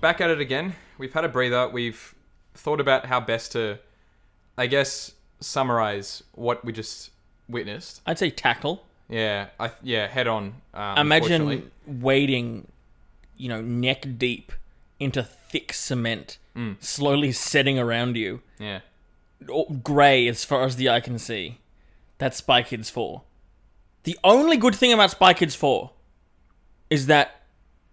back at it again. We've had a breather. We've thought about how best to, I guess, summarize what we just witnessed. I'd say tackle. Yeah, I yeah, head on. Um, unfortunately. Imagine wading, you know, neck deep into thick cement, slowly setting around you, yeah, all grey as far as the eye can see. That's Spy Kids 4. The only good thing about Spy Kids 4 is that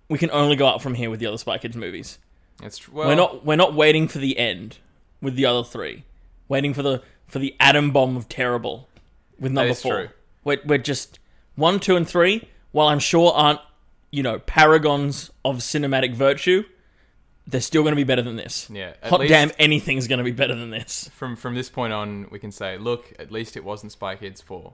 we can only go up from here with the other Spy Kids movies. it's tr- well, We're not we're not waiting for the end with the other three. Waiting for the for the atom bomb of terrible with number is four. true. We're we're just one, two, and three, while I'm sure aren't, you know, paragons of cinematic virtue, they're still gonna be better than this. Yeah, at Hot least- damn anything's gonna be better than this. from from this point on. We can say, look, at least it wasn't Spy Kids four,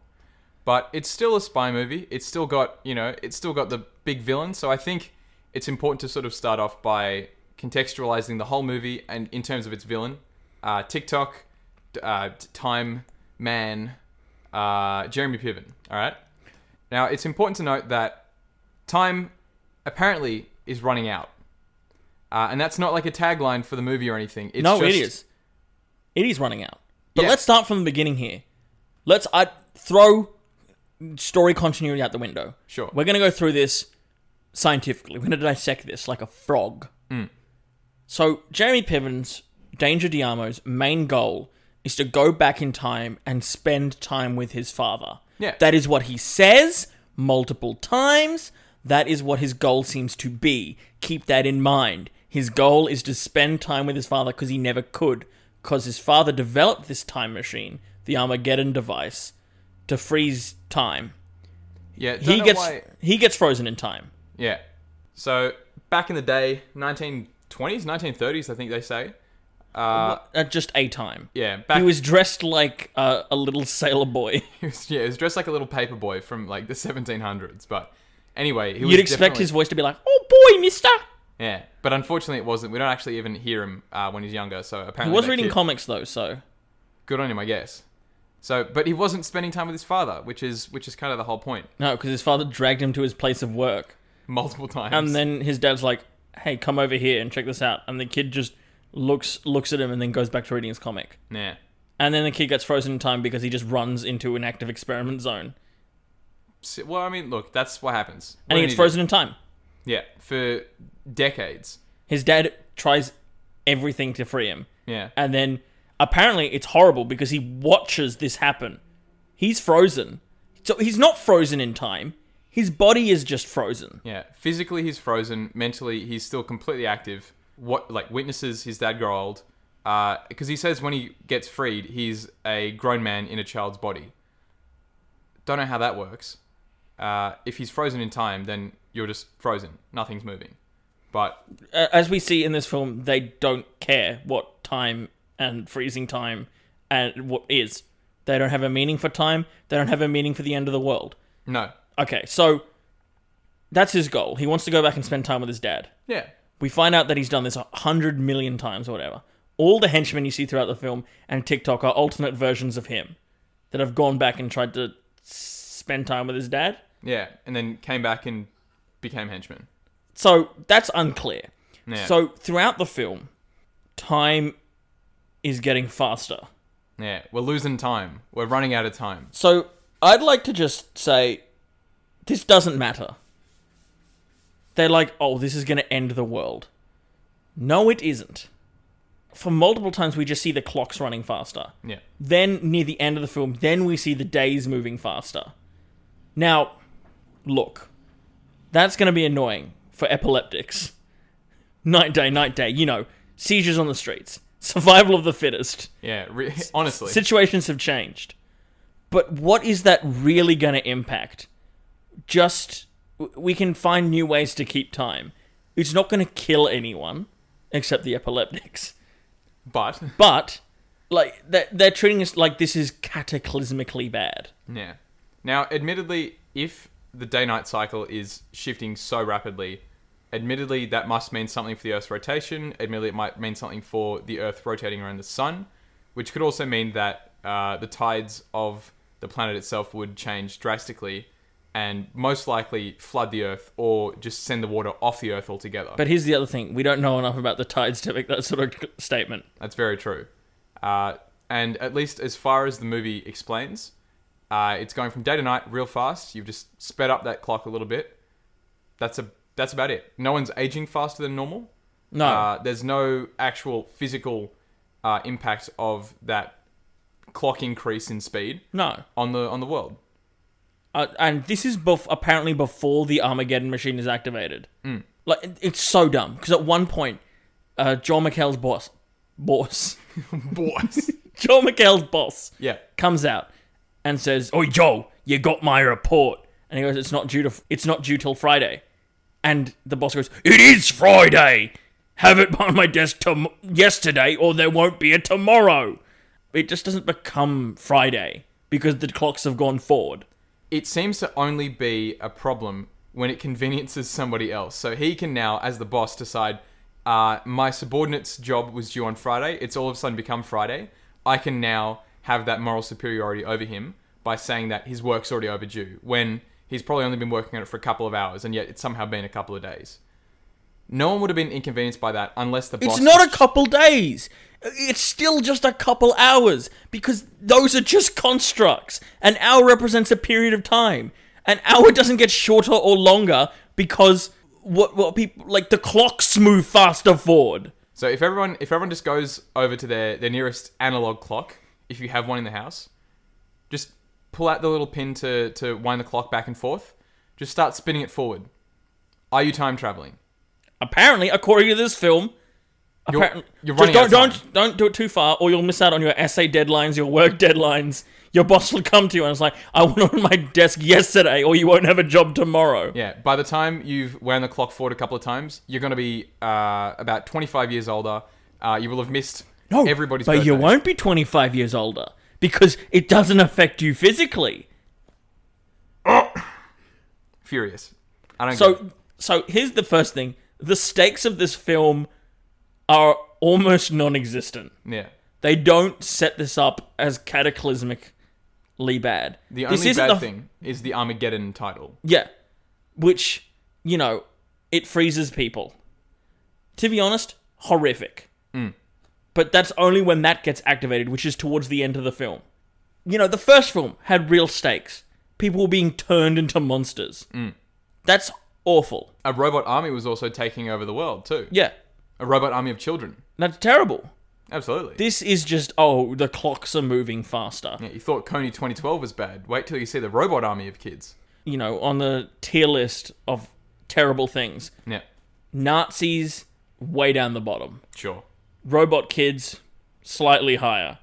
but it's still a spy movie. It's still got you know, it's still got the big villain. So I think it's important to sort of start off by contextualizing the whole movie and in terms of its villain, uh, TikTok, d- uh, t- Time Man, uh, Jeremy Piven. All right. Now it's important to note that time apparently is running out. Uh, and that's not like a tagline for the movie or anything. It's no, just, it is. It is running out. But Yeah. let's start from the beginning here. Let's I throw story continuity out the window. Sure. We're gonna go through this scientifically. We're gonna dissect this like a frog. So Jeremy Piven's Danger Diamo's main goal is to go back in time and spend time with his father. Yeah. That is what he says multiple times. That is what his goal seems to be. Keep that in mind. His goal is to spend time with his father because he never could, because his father developed this time machine, the Armageddon device, to freeze time. Yeah, don't he know gets why- he gets frozen in time. Yeah. So back in the day, 1920s, 1930s, I think they say. Uh, At just a time. yeah, back He was dressed like uh, a little sailor boy. he was- yeah, he was dressed like a little paper boy from like the 1700s. But anyway, he was You'd expect definitely- his voice to be like, "Oh boy, Mister." yeah. But unfortunately, it wasn't. We don't actually even hear him uh, when he's younger. So apparently, He was that reading kid- comics though, so Good on him, I guess. So, but he wasn't spending time with his father, which is which is kind of the whole point. no, because his father dragged him to his place of work, Multiple times. and then his dad's like, "Hey, come over here and check this out." And the kid just looks looks at him and then goes back to reading his comic. yeah. And then the kid gets frozen in time because he just runs into an active experiment zone, So- well, I mean, look, that's what happens. What and he do gets you do? frozen in time. Yeah, for decades. His dad tries everything to free him. Yeah. And then apparently it's horrible because he watches this happen. He's frozen. So he's not frozen in time. His body is just frozen. Yeah, physically he's frozen. Mentally he's still completely active. What like witnesses his dad grow old, because he says when he gets freed he's a grown man in a child's body. Don't know how that works. Uh, if he's frozen in time, then you're just frozen. Nothing's moving. But A- As we see in this film, they don't care what time and freezing time and what is. They don't have a meaning for time. They don't have a meaning for the end of the world. no. Okay, so that's his goal. He wants to go back and spend time with his dad. Yeah. We find out that he's done this a hundred million times or whatever. All the henchmen you see throughout the film and TikTok are alternate versions of him that have gone back and tried to s- spend time with his dad. Yeah. And then came back and became henchman. So that's unclear. Yeah. So throughout the film, time is getting faster. Yeah. We're losing time. We're running out of time. So I'd like to just say this doesn't matter. They're like, oh, this is going to end the world. No, it isn't. For multiple times, we just see the clocks running faster. Yeah. Then, near the end of the film, then we see the days moving faster. Now, look, that's going to be annoying for epileptics. Night day, night day, you know, seizures on the streets, survival of the fittest. Yeah. Re- honestly. Situations have changed. But what is that really going to impact? Just w- we can find new ways to keep time. It's not going to kill anyone except the epileptics. but But like they're, they're treating us like this is cataclysmically bad. Yeah. Now, admittedly, if the day night cycle is shifting so rapidly, admittedly, that must mean something for the Earth's rotation. Admittedly, it might mean something for the Earth rotating around the sun, which could also mean that uh, the tides of the planet itself would change drastically and most likely flood the earth or just send the water off the earth altogether. But here's the other thing: we don't know enough about the tides to make that sort of c- statement. That's very true. Uh, and at least as far as the movie explains, uh, it's going from day to night real fast. You've just sped up that clock a little bit. That's a that's about it. No one's aging faster than normal. No, Uh, there's no actual physical uh, impact of that clock increase in speed no. on the on the world. Uh, and this is bef- apparently before the Armageddon machine is activated. Like it- it's so dumb because at one point, uh, John McHale's boss, boss, Boys. John McHale's boss yeah. comes out and says, "Oi, Joel, you got my report." And he goes, "It's not due to. It's not due till Friday." And the boss goes, "It is Friday. Have it on my desk tom- yesterday, or there won't be a tomorrow." It just doesn't become Friday because the clocks have gone forward. It seems to only be a problem when it conveniences somebody else. So he can now, as the boss, decide uh, my subordinate's job was due on Friday. It's all of a sudden become Friday. I can now have that moral superiority over him by saying that his work's already overdue when he's probably only been working on it for a couple of hours and yet it's somehow been a couple of days. No one would have been inconvenienced by that unless the boss. It's not a couple days. It's still just a couple hours because those are just constructs. An hour represents a period of time. An hour doesn't get shorter or longer because what what people like the clocks move faster forward. So if everyone if everyone just goes over to their their nearest analog clock, if you have one in the house, just pull out the little pin to to wind the clock back and forth. Just start spinning it forward. Are you time traveling? Apparently, according to this film, You're, apparently you're just running don't out of time. don't don't do it too far or you'll miss out on your essay deadlines, your work deadlines. Your boss will come to you and it's like, I want it on my desk yesterday, or you won't have a job tomorrow. Yeah. By the time you've wound the clock forward a couple of times, you're going to be uh, about 25 years older. Uh, you will have missed No, everybody's. But you birthday. won't be 25 years older because it doesn't affect you physically. Furious. I don't. get it. So, so here's the first thing: the stakes of this film are almost non-existent. yeah. They don't set this up as cataclysmically bad. The This only isn't bad the- thing is the Armageddon title. yeah, which you know, it freezes people. To be honest, horrific. But that's only when that gets activated, which is towards the end of the film. You know, the first film had real stakes. People were being turned into monsters. That's awful. A robot army was also taking over the world too. Yeah, A robot army of children. that's terrible. Absolutely. This is just oh, the clocks are moving faster. Yeah, you thought Coney 2012 was bad. Wait till you see the robot army of kids. You know, on the tier list of terrible things, Yeah, Nazis way down the bottom. sure. Robot kids, slightly higher.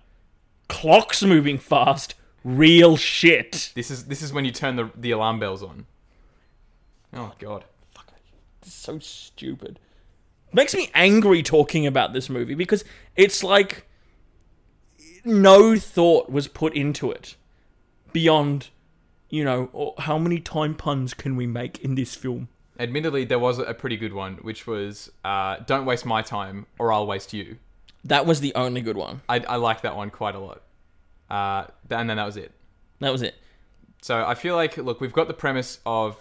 Clocks moving fast, real shit. This is this is when you turn the the alarm bells on. Oh god. So stupid. Makes me angry talking about this movie because it's like no thought was put into it beyond, you know, oh, how many time puns can we make in this film? Admittedly, there was a pretty good one, which was uh, "Don't waste my time, or I'll waste you." That was the only good one. I, I like that one quite a lot. Uh, th- and then that was it. That was it. So I feel like, look, we've got the premise of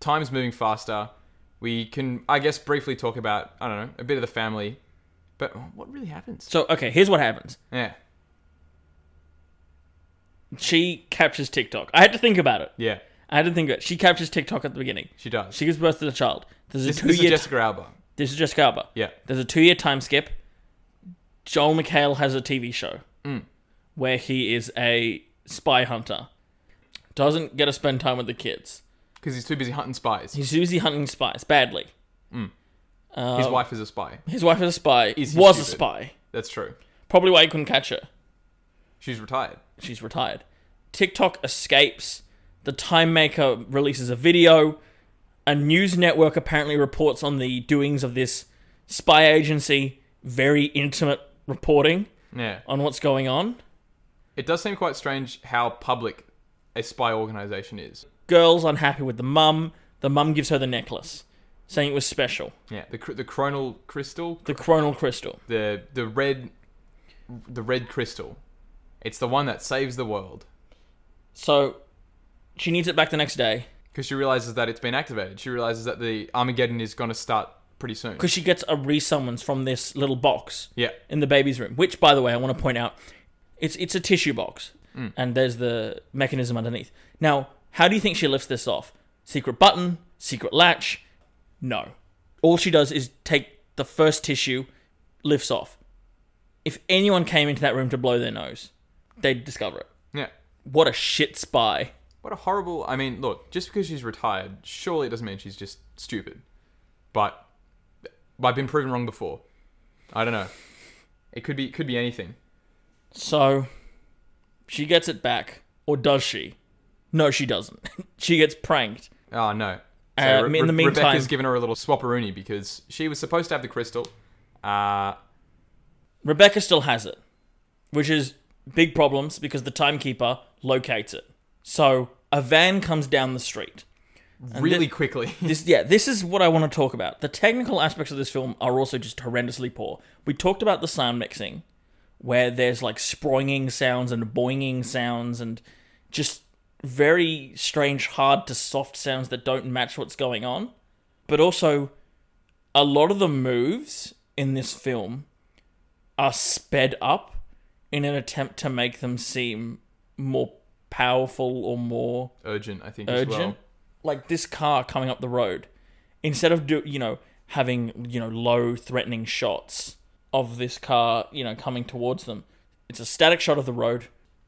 time's moving faster. We can, I guess, briefly talk about I don't know a bit of the family, but what really happens? So, okay, here's what happens. Yeah, She captures TikTok. I had to think about it. yeah, I had to think about it. She captures TikTok at the beginning. she does. She gives birth to the child. There's a this, two this is year. Jessica Alba. this is Jessica Alba. Yeah. There's a two year time skip. Joel McHale has a TV show Mm. where he is a spy hunter. Doesn't get to spend time with the kids. Because he's too busy hunting spies. He's busy hunting spies badly. Mm. Uh, His Oh. wife is a spy. His wife is a spy. Is he was a stupid? spy. That's true. Probably why he couldn't catch her. She's retired. She's retired. TikTok escapes. The Time Maker releases a video. A news network apparently reports on the doings of this spy agency. Very intimate reporting Yeah. on what's going on. It does seem quite strange how public a spy organization is. girl's unhappy with the mum. The mum gives her the necklace, saying it was special. Yeah. The cr- the chronal crystal, The coronal crystal. the the red the red crystal. It's the one that saves the world. So she needs it back the next day. because she realizes that it's been activated. She realizes that the Armageddon is going to start pretty soon. because she gets a resummons from this little box Yeah. in the baby's room. Which, by the way, I want to point out, it's it's a tissue box, and there's the mechanism underneath. Now, how do you think she lifts this off? Secret button, secret latch? No. All she does is take the first tissue, lifts off. If anyone came into that room to blow their nose, they'd discover it. Yeah. What a shit spy. What a horrible. I mean, look, just because she's retired, surely it doesn't mean she's just stupid. But I've been proven wrong before. I don't know. It could be could be anything. So she gets it back, or does she? No, she doesn't. she gets pranked. Oh no. Uh, in the meantime- Rebecca's given her a little swapperoonie because she was supposed to have the crystal. Uh, Rebecca still has it, which is big problems because the timekeeper locates it. So a van comes down the street. really quickly. This yeah, this is what I want to talk about. The technical aspects of this film are also just horrendously poor. We talked about the sound mixing, where there's like sproinging sounds and boinging sounds and just very strange, hard to soft sounds that don't match what's going on. But also, a lot of the moves in this film are sped up in an attempt to make them seem more powerful or more Urgent, I think as urgent. well. Like this car coming up the road, instead of do you know having you know low threatening shots of this car you know coming towards them, it's a static shot of the road,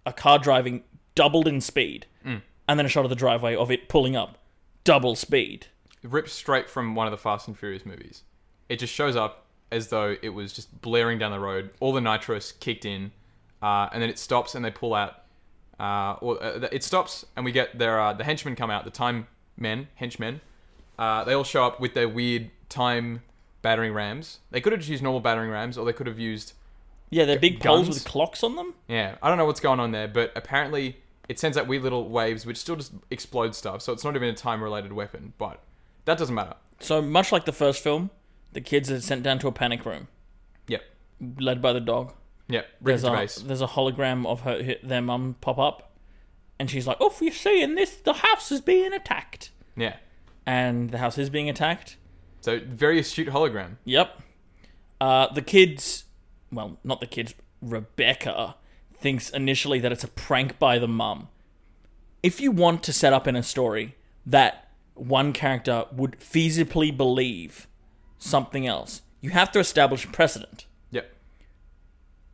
a car driving doubled in speed, and then a shot of the driveway of it pulling up, double speed. ripped straight from one of the Fast and Furious movies. It just shows up as though it was just blaring down the road. All the nitrous kicked in, uh, and then it stops and they pull out. Uh, or uh, it stops and we get their uh, the henchmen come out. The time men, henchmen. Uh, they all show up with their weird time battering rams. They could have just used normal battering rams, or they could have used Yeah, they're big poles guns? with clocks on them. yeah, I don't know what's going on there, but apparently it sends out weird little waves which still just explode stuff. So it's not even a time related weapon, but that doesn't matter. So much like the first film, the kids are sent down to a panic room Yep, led by the dog. yep. Rick there's a, Gervais. there's a hologram of her her- their mum pop up, and she's like, "Oh, you're seeing this? The house is being attacked." Yeah. And the house is being attacked. So very astute hologram. Yep. Uh, the kids, well, not the kids. Rebecca thinks initially that it's a prank by the mum. If you want to set up in a story that one character would feasibly believe something else, you have to establish precedent. Yep.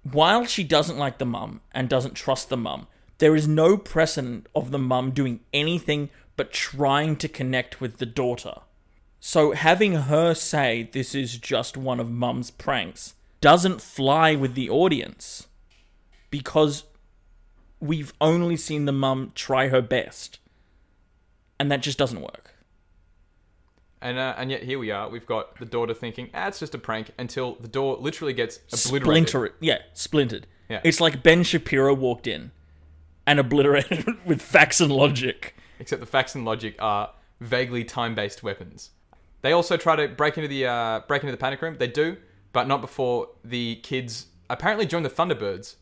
while she doesn't like the mum and doesn't trust the mum, there is no precedent of the mum doing anything but trying to connect with the daughter. So having her say this is just one of mum's pranks doesn't fly with the audience because we've only seen the mum try her best. And that just doesn't work. And uh, and yet here we are. We've got the daughter thinking, ah, it's just a prank, until the door literally gets obliterated. Splinter it. Yeah, splintered. Yeah. It's like Ben Shapiro walked in and obliterated it with facts and logic. Except the facts and logic are vaguely time-based weapons. They also try to break into the uh, break into the panic room. They do, but not before the kids apparently join the Thunderbirds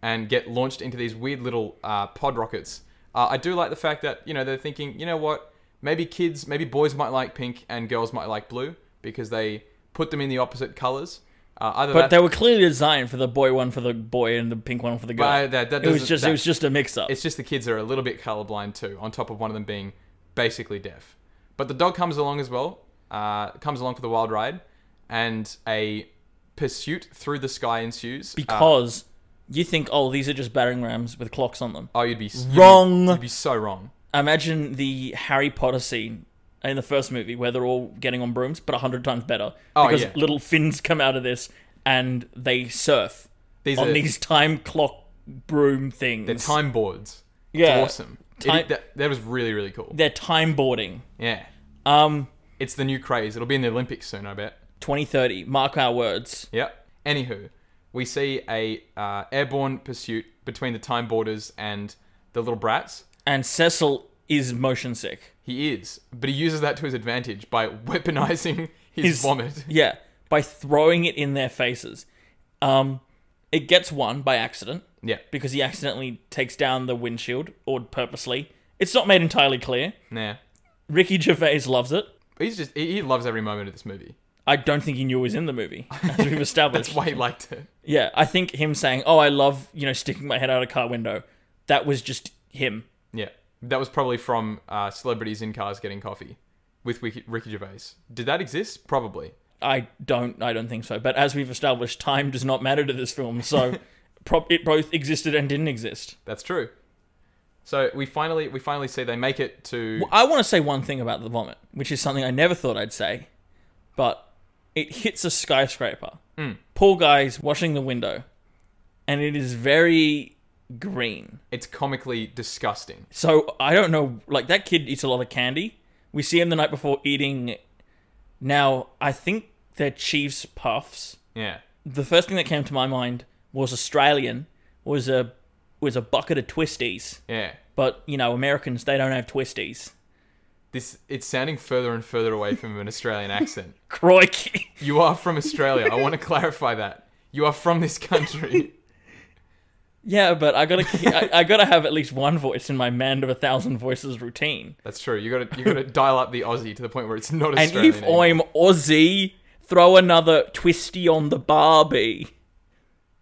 and get launched into these weird little uh, pod rockets. Uh, I do like the fact that you know they're thinking, you know what? Maybe kids, maybe boys might like pink and girls might like blue because they put them in the opposite colors. Uh, either But that, they were clearly designed for the boy one for the boy and the pink one for the girl. But that- that it was doesn't- just that- it was just a mix up. It's uh, just the kids are a little bit colorblind too, on top of one of them being basically deaf. But the dog comes along as well, uh, comes along for the wild ride, and a pursuit through the sky ensues. Uh, Because you think, oh, these are just battering rams with clocks on them. oh, you'd be you'd be- Wrong. You'd be so wrong. Imagine the Harry Potter scene in the first movie where they're all getting on brooms, but a hundred times better. Oh, because yeah. little fins come out of this and they surf These on are Oh, these time clock broom things. they're time boards. yeah, Awesome. It- Time- that, that was really really cool. They're time boarding. Yeah, Um, it's the new craze. It'll be in the Olympics soon, I bet. twenty thirty. Mark our words. Yep. Anywho, we see a uh, airborne pursuit between the time boarders and the little brats. And Cecil is motion sick. He is, but he uses that to his advantage by weaponizing his, His- vomit. Yeah, by throwing it in their faces. Um, it gets one by accident Yeah, because he accidentally takes down the windshield or purposely. It's not made entirely clear. nah. Ricky Gervais loves it. He's just he, he loves every moment of this movie. I don't think he knew it was in the movie, as we've established. That's why he liked it. Yeah, I think him saying, "Oh, I love you know sticking my head out a car window," that was just him. Yeah, that was probably from uh, celebrities in cars getting coffee with Wiki- Ricky Gervais. Did that exist? Probably. I don't, I don't think so. But as we've established, time does not matter to this film, so prop- it both existed and didn't exist. That's true. So we finally we finally see they make it to I want to say one thing about the vomit, which is something I never thought I'd say, but it hits a skyscraper. Poor guy's washing the window, and it is very green. it's comically disgusting. So I don't know. Like that kid eats a lot of candy. We see him the night before eating. Now I think they're Chiefs puffs. Yeah. The first thing that came to my mind was Australian was a was a bucket of twisties. Yeah. But you know Americans they don't have twisties. This it's sounding further and further away from an Australian accent. Crikey! You are from Australia. I want to clarify that. You are from this country. yeah, but I gotta ke- I, I gotta have at least one voice in my man of a thousand voices routine. That's true. You got to you got to dial up the Aussie to the point where it's not And Australian. if anymore. I'm Aussie, throw another twisty on the Barbie.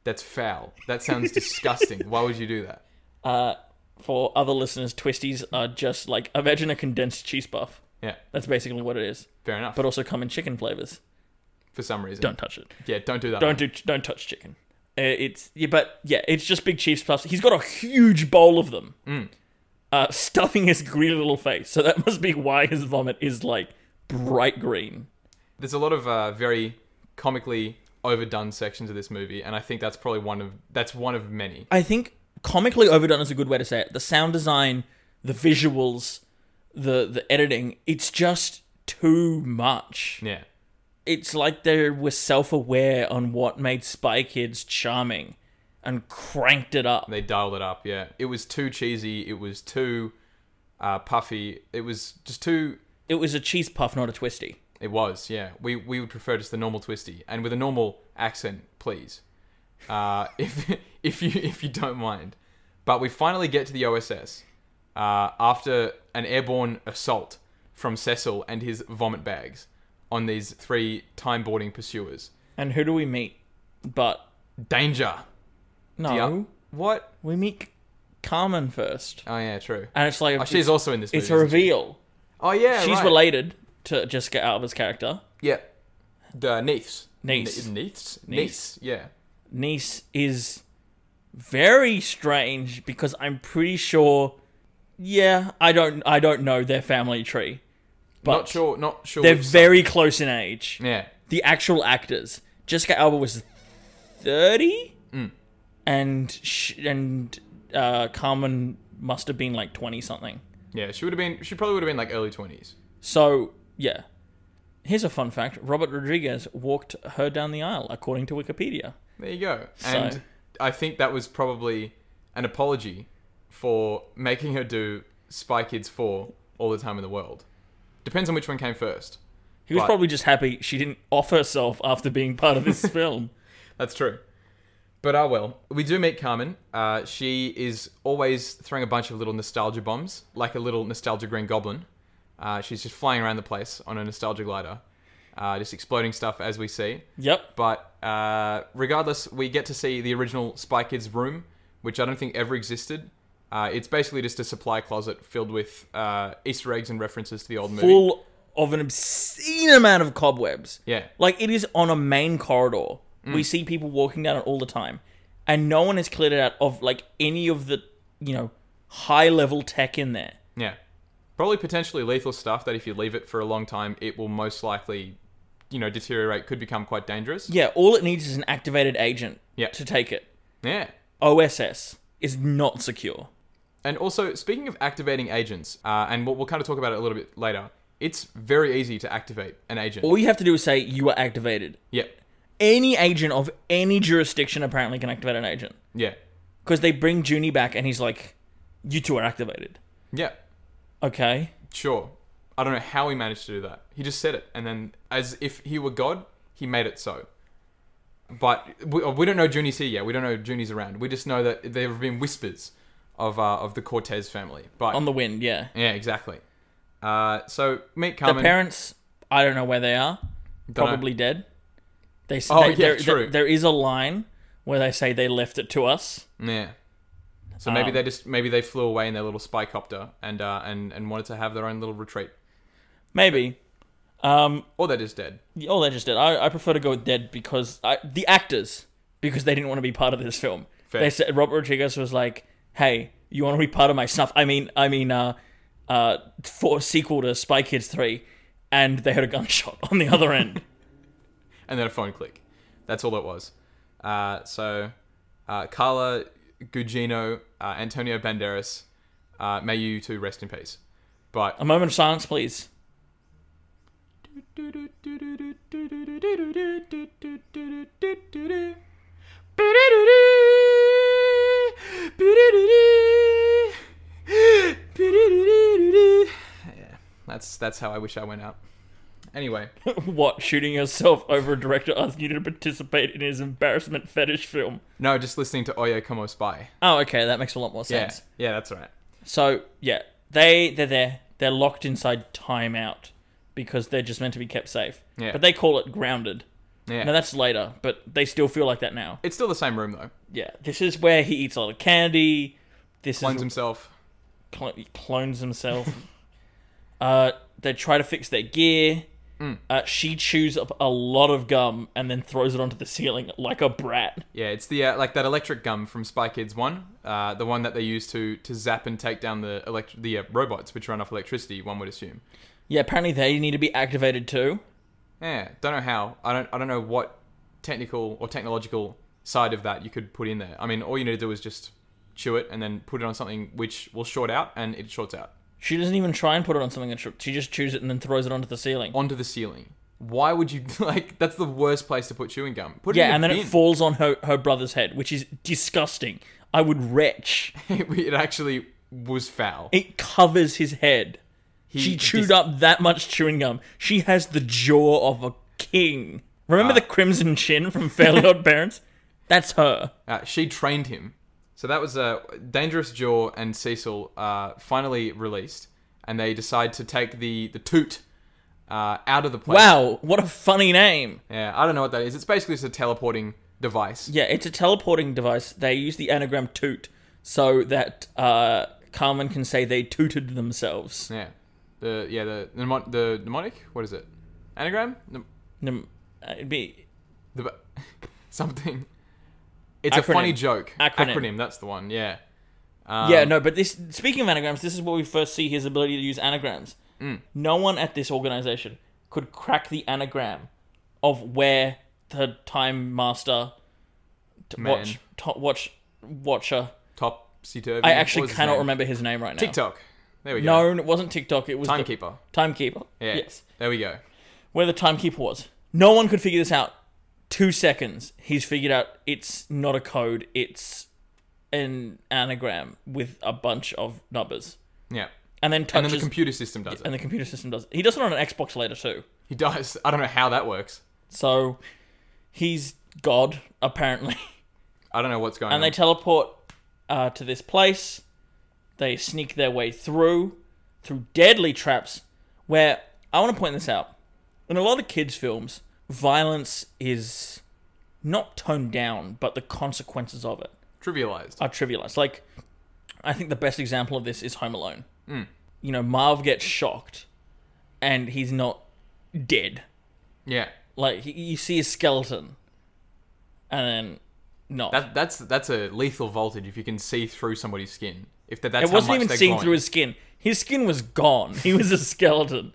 That's foul. That sounds disgusting. Why would you do that? Uh, for other listeners, twisties are just like imagine a condensed cheese puff. Yeah. That's basically what it is, Fair enough. but also come in chicken flavors. for some reason. Don't touch it. Yeah, don't do that. Don't do. Don't touch chicken. Uh, It's yeah, but yeah, it's just big cheese puffs. He's got a huge bowl of them, uh, stuffing his greedy little face. So that must be why his vomit is like bright green. There's a lot of uh, very comically overdone sections of this movie, and I think that's probably one of that's one of many. I think comically overdone is a good way to say it. The sound design, the visuals, the the editing. It's just too much. Yeah, it's like they were self-aware on what made Spy Kids charming and cranked it up. they dialed it up. Yeah, it was too cheesy. It was too uh, puffy. It was just too. It was a cheese puff, not a twisty. It was. Yeah, we we would prefer just the normal twisty and with a normal accent, please. Uh, if if you if you don't mind, but we finally get to the OSS uh, after an airborne assault from Cecil and his vomit bags on these three time boarding pursuers. And who do we meet? But Danger. no, Yeah. What? we meet Carmen first, Oh yeah, true. and it's like Oh, she's it's, also in this. Movie, it's a isn't she? reveal. Oh yeah, She's right. related to Jessica Alba's character. Yeah, the niece. Niece. N- niece. Niece. Niece. Yeah. Niece is very strange because I'm pretty sure. Yeah, I don't, I don't know their family tree, but not sure. Not sure. they're which very close in age. side. Yeah. the actual actors. Jessica Alba was 30 Mm. and sh- and uh, Carmen must have been like 20 something. Yeah. She would have been. She probably would have been like early twenties. So, yeah. Here's a fun fact. Robert Rodriguez walked her down the aisle according to Wikipedia. There you go. And I think that was probably an apology for making her do Spy Kids 4 all the time in the world. Depends on which one came first. He was Right. probably just happy she didn't off herself after being part of this film. That's true. But ah, well. We do meet Carmen. Uh, she is always throwing a bunch of little nostalgia bombs, like a little nostalgia green goblin. Uh, she's just flying around the place on a nostalgia glider, uh, just exploding stuff as we see. Yep. But uh, regardless, we get to see the original Spy Kids room, which I don't think ever existed. Uh, it's basically just a supply closet filled with uh, Easter eggs and references to the old movie. Full of an obscene amount of cobwebs. Yeah, Mm. Like it is on a main corridor. We see people walking down it all the time, and no one has cleared it out of like any of the you know high level tech in there. yeah. Probably potentially lethal stuff that if you leave it for a long time, it will most likely, you know, deteriorate, could become quite dangerous. Yeah, all it needs is an activated agent Yeah. to take it. Yeah. OSS is not secure. And also, speaking of activating agents, uh, and we'll, we'll kind of talk about it a little bit later, it's very easy to activate an agent. All you have to do is say you are activated. Yep. Any agent of any jurisdiction apparently can activate an agent Yeah. because they bring Junie back and he's like, "You two are activated." Yeah. Okay. Sure. I don't know how he managed to do that. He just said it, and then as if he were God, he made it so. But we, uh, we don't know Junie's here yet. We don't know Junie's around. We just know that there have been whispers of uh, of the Cortez family. But On the wind, yeah. yeah, exactly. Uh, so meet The Carmen. parents, I don't know where they are. Dunno. Probably dead. They s- Oh, they- yeah, there, true. there is a line where they say they left it to us. Yeah. So maybe Um, they just maybe they flew away in their little spy copter and uh, and and wanted to have their own little retreat, Maybe. Um, or they're just dead. Oh, they just dead. I, I prefer to go with dead because I, the actors, because they didn't want to be part of this film. Fair. They said Robert Rodriguez was like, "Hey, you want to be part of my snuff? I mean, I mean, uh, uh, for sequel to Spy Kids three, and they heard a gunshot on the other end. and then a phone click. That's all it was. Uh, so, uh, Carla Gugino, uh, Antonio Banderas, uh, may you two rest in peace. But a moment of silence, please. yeah, that's that's how I wish I went out. Anyway, what shooting yourself over a director asking you to participate in his embarrassment fetish film? no, just listening to Oyo Como Spy. Oh, okay, that makes a lot more Yeah, sense. yeah, that's right. So yeah, they they're there. They're locked inside timeout because they're just meant to be kept safe. Yeah. But they call it grounded. Yeah. Now that's later, but they still feel like that now. It's still the same room though. Yeah. This is where he eats a lot of candy. This Clones is himself. cl- he clones himself. uh, they try to fix their gear. Mm. Uh, she chews up a lot of gum and then throws it onto the ceiling like a brat. Yeah, it's the uh, like that electric gum from Spy Kids One, uh, the one that they use to to zap and take down the elect- the uh, robots which run off electricity. One would assume. Yeah, apparently they need to be activated too. Yeah, don't know how. I don't I don't know what technical or technological side of that you could put in there. I mean, all you need to do is just chew it and then put it on something which will short out, and it shorts out She doesn't even try and put it on something. She just chews it and then throws it onto the ceiling. onto the ceiling. Why would you like? That's the worst place to put chewing gum. Put it Yeah, in and a then it bin. falls on her, her brother's head, which is disgusting. I would retch. it actually was foul. It covers his head. she chewed dis- up that much chewing gum. She has the jaw of a king. Remember Ah. the crimson chin from Fairly Odd Parents? That's her. Uh, she trained him. So that was a uh, dangerous jaw and Cecil uh, finally released, and they decide to take the the toot uh, out of the place. Wow, what a funny name. Yeah, I don't know what that is. It's basically just a teleporting device. Yeah, it's a teleporting device. They use the anagram toot so that uh, Carmen can say they tooted themselves. Yeah, the yeah the the, mnemon- the mnemonic. What is it? Anagram? The, Nim- uh, it'd be the something. It's a Acronym. funny joke. Acronym. That's the one. Yeah. Um, yeah, no, but this speaking of anagrams, this is where we first see his ability to use anagrams. Mm. No one at this organization could crack the anagram of where the time master t- Man. watch to, watch watcher. Topsy turvy. I actually cannot remember his name right now. TikTok. There we go. No, it wasn't TikTok. It was the- Timekeeper. timekeeper. Yeah. Yes, There we go. where the timekeeper was. No one could figure this out. Two seconds, he's figured out it's not a code. It's an anagram with a bunch of numbers, Yeah. and then And touches then the computer system does it. and the computer system does it. He does it on an Xbox later too. He does. I don't know how that works. So he's God apparently. I don't know what's going And on. they teleport uh, to this place. They sneak their way through through deadly traps. Where I want to point this out. In a lot of kids' films, violence is not toned down, but the consequences of it Trivialized. are trivialized. Like, I think the best example of this is Home Alone. You know, Marv gets shocked, and he's not dead. yeah. Like y- you see a skeleton, and then not. That that's that's a lethal voltage if you can see through somebody's skin. If that, that's it wasn't how much even they're seen going. through his skin. His skin was gone. He was a skeleton,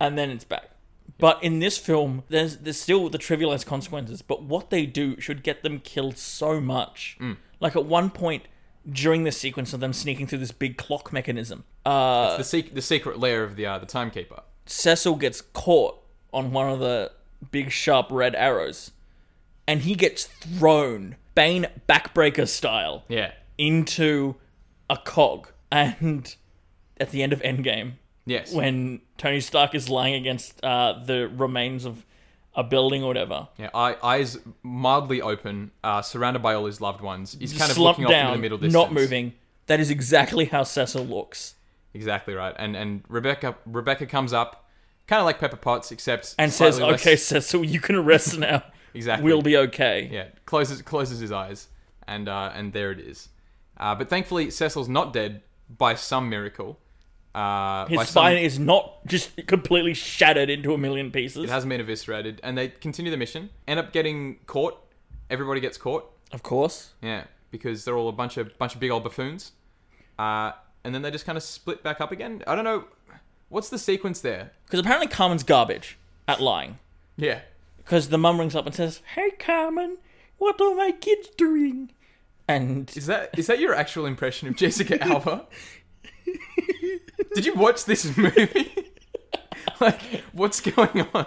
and then it's back. But in this film, there's there's still the trivialized consequences. But what they do should get them killed so much. Mm. Like at one point during the sequence of them sneaking through this big clock mechanism, uh, the, sec- the secret layer of the uh, the timekeeper. Cecil gets caught on one of the big sharp red arrows, and he gets thrown Bane backbreaker style. Yeah. into a cog. And at the end of Endgame, Yes. when Tony Stark is lying against uh, the remains of a building or whatever, yeah. Eye, eyes mildly open, uh, surrounded by all his loved ones. He's kind of slumped looking off into down, the middle distance. not moving. That is exactly how Cecil looks. Exactly right. And and Rebecca Rebecca comes up, kind of like Pepper Potts, except and says, slightly less- "Okay, Cecil, you can rest now. exactly. we'll be okay." yeah closes closes his eyes, and uh, and there it is. Uh, but thankfully, Cecil's not dead by some miracle. Uh, by His some- spine is not just completely shattered into a million pieces. it hasn't been eviscerated, and they continue the mission. End up getting caught. Everybody gets caught. of course. Yeah, because they're all a bunch of bunch of big old buffoons. Uh, and then they just kind of split back up again. I don't know. What's the sequence there? Because apparently Carmen's garbage at lying. Yeah. Because the mum rings up and says, Hey Carmen, what are my kids doing? And Is that is that your actual impression of Jessica Alba? Did you watch this movie? like, what's going on?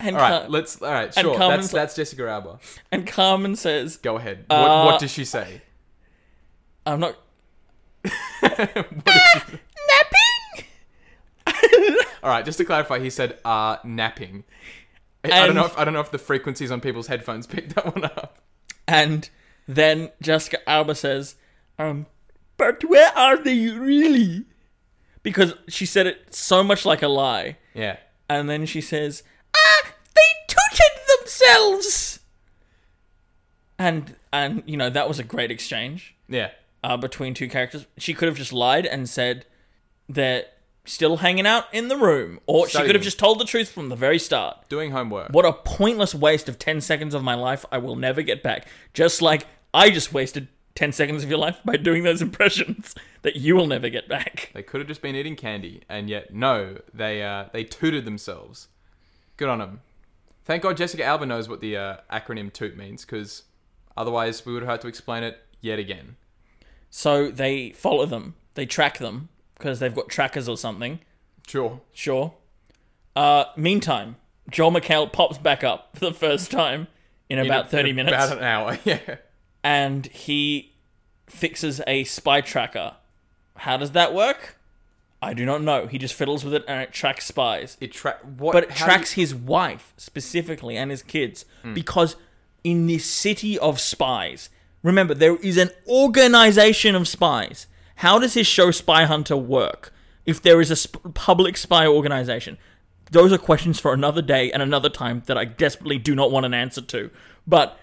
and, All right, Car- let's. All right, sure. That's Carmen's like- that's Jessica Alba. and Carmen says, Go ahead. What, Uh, what does she say? I'm not What does she- napping all right, just to clarify, he said uh, napping. I, I don't And- know. If, I don't know if the frequencies on people's headphones picked that one up. And then Jessica Alba says, um, but where are they really? Because she said it so much like a lie. Yeah. And then she says, Ah, they tooted themselves! And, and you know, that was a great exchange. Yeah. uh, between two characters. She could have just lied and said they're still hanging out in the room, or she could Studying. have just told the truth from the very start. Doing homework. What a pointless waste of 10 seconds of my life I will never get back. Just like I just wasted 10 seconds of your life by doing those impressions that you will never get back. They could have just been eating candy, and yet no, they uh, they tooted themselves. Good on them. Thank God Jessica Alba knows what the uh, acronym toot means, because otherwise we would have had to explain it yet again. So they follow them, they track them because they've got trackers or something. Sure. Sure. Uh, meantime, Joel McHale pops back up for the first time in about 30 minutes. About an hour. Yeah. and he fixes a spy tracker. How does that work? I do not know. He just fiddles with it and it tracks spies. It tra- what? But it how do Hmm. tracks his wife specifically and his kids because in this city of spies, remember, there is an organization of spies. How does his show Spy Hunter work if there is a sp- public spy organization? Those are questions for another day and another time that I desperately do not want an answer to. But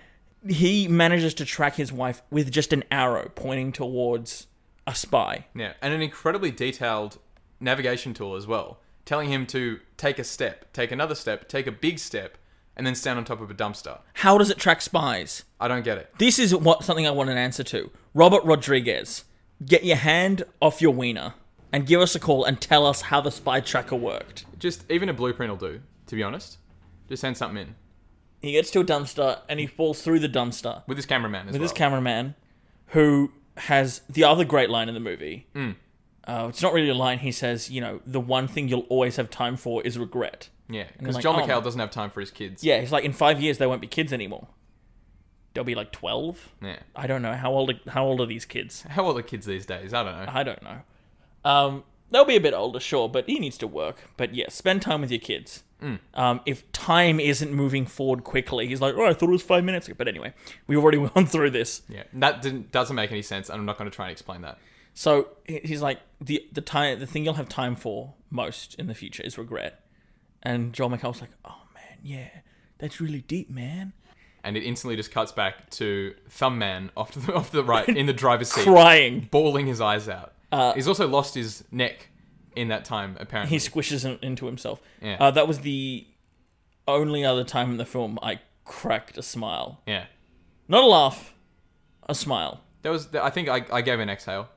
he manages to track his wife with just an arrow pointing towards a spy. You, yeah, and an incredibly detailed navigation tool as well, telling him to take a step, take another step, take a big step, and then stand on top of a dumpster. How does it track spies? I don't get it. This is what something I want an answer to. Robert Rodriguez, get your hand off your wiener and give us a call and tell us how the spy tracker worked. Just even a blueprint will do. To be honest, just send something in He gets to a dumpster and he falls through the dumpster with this cameraman as well. with this cameraman, who has the other great line in the movie. Uh, it's not really a line. He says, you know, the one thing you'll always have time for is regret. Yeah, because like, John oh. McHale doesn't have time for his kids. Yeah, he's like, in five years they won't be kids anymore. They'll be like twelve. Yeah. I don't know how old. How old are these kids? How old are kids these days? I don't know. I don't know. Um, they'll be a bit older, sure, but he needs to work. But yeah, spend time with your kids. Um, if time isn't moving forward quickly, he's like, oh, I thought it was five minutes ago. But anyway, we've already gone through this. Yeah, that didn't, doesn't make any sense, and I'm not going to try and explain that. So he- he's like, the the time, the thing you'll have time for most in the future is regret. And Joel McHale's like, oh man, yeah, that's really deep, man. And it instantly just cuts back to Thumb Man off to the, off to the right in the driver's seat, Crying. bawling his eyes out. Uh, He's also lost his neck in that time, apparently. He squishes him into himself. Yeah. Uh, that was the only other time in the film I cracked a smile. Yeah, Not a laugh, a smile. that was. I think I, I gave an exhale.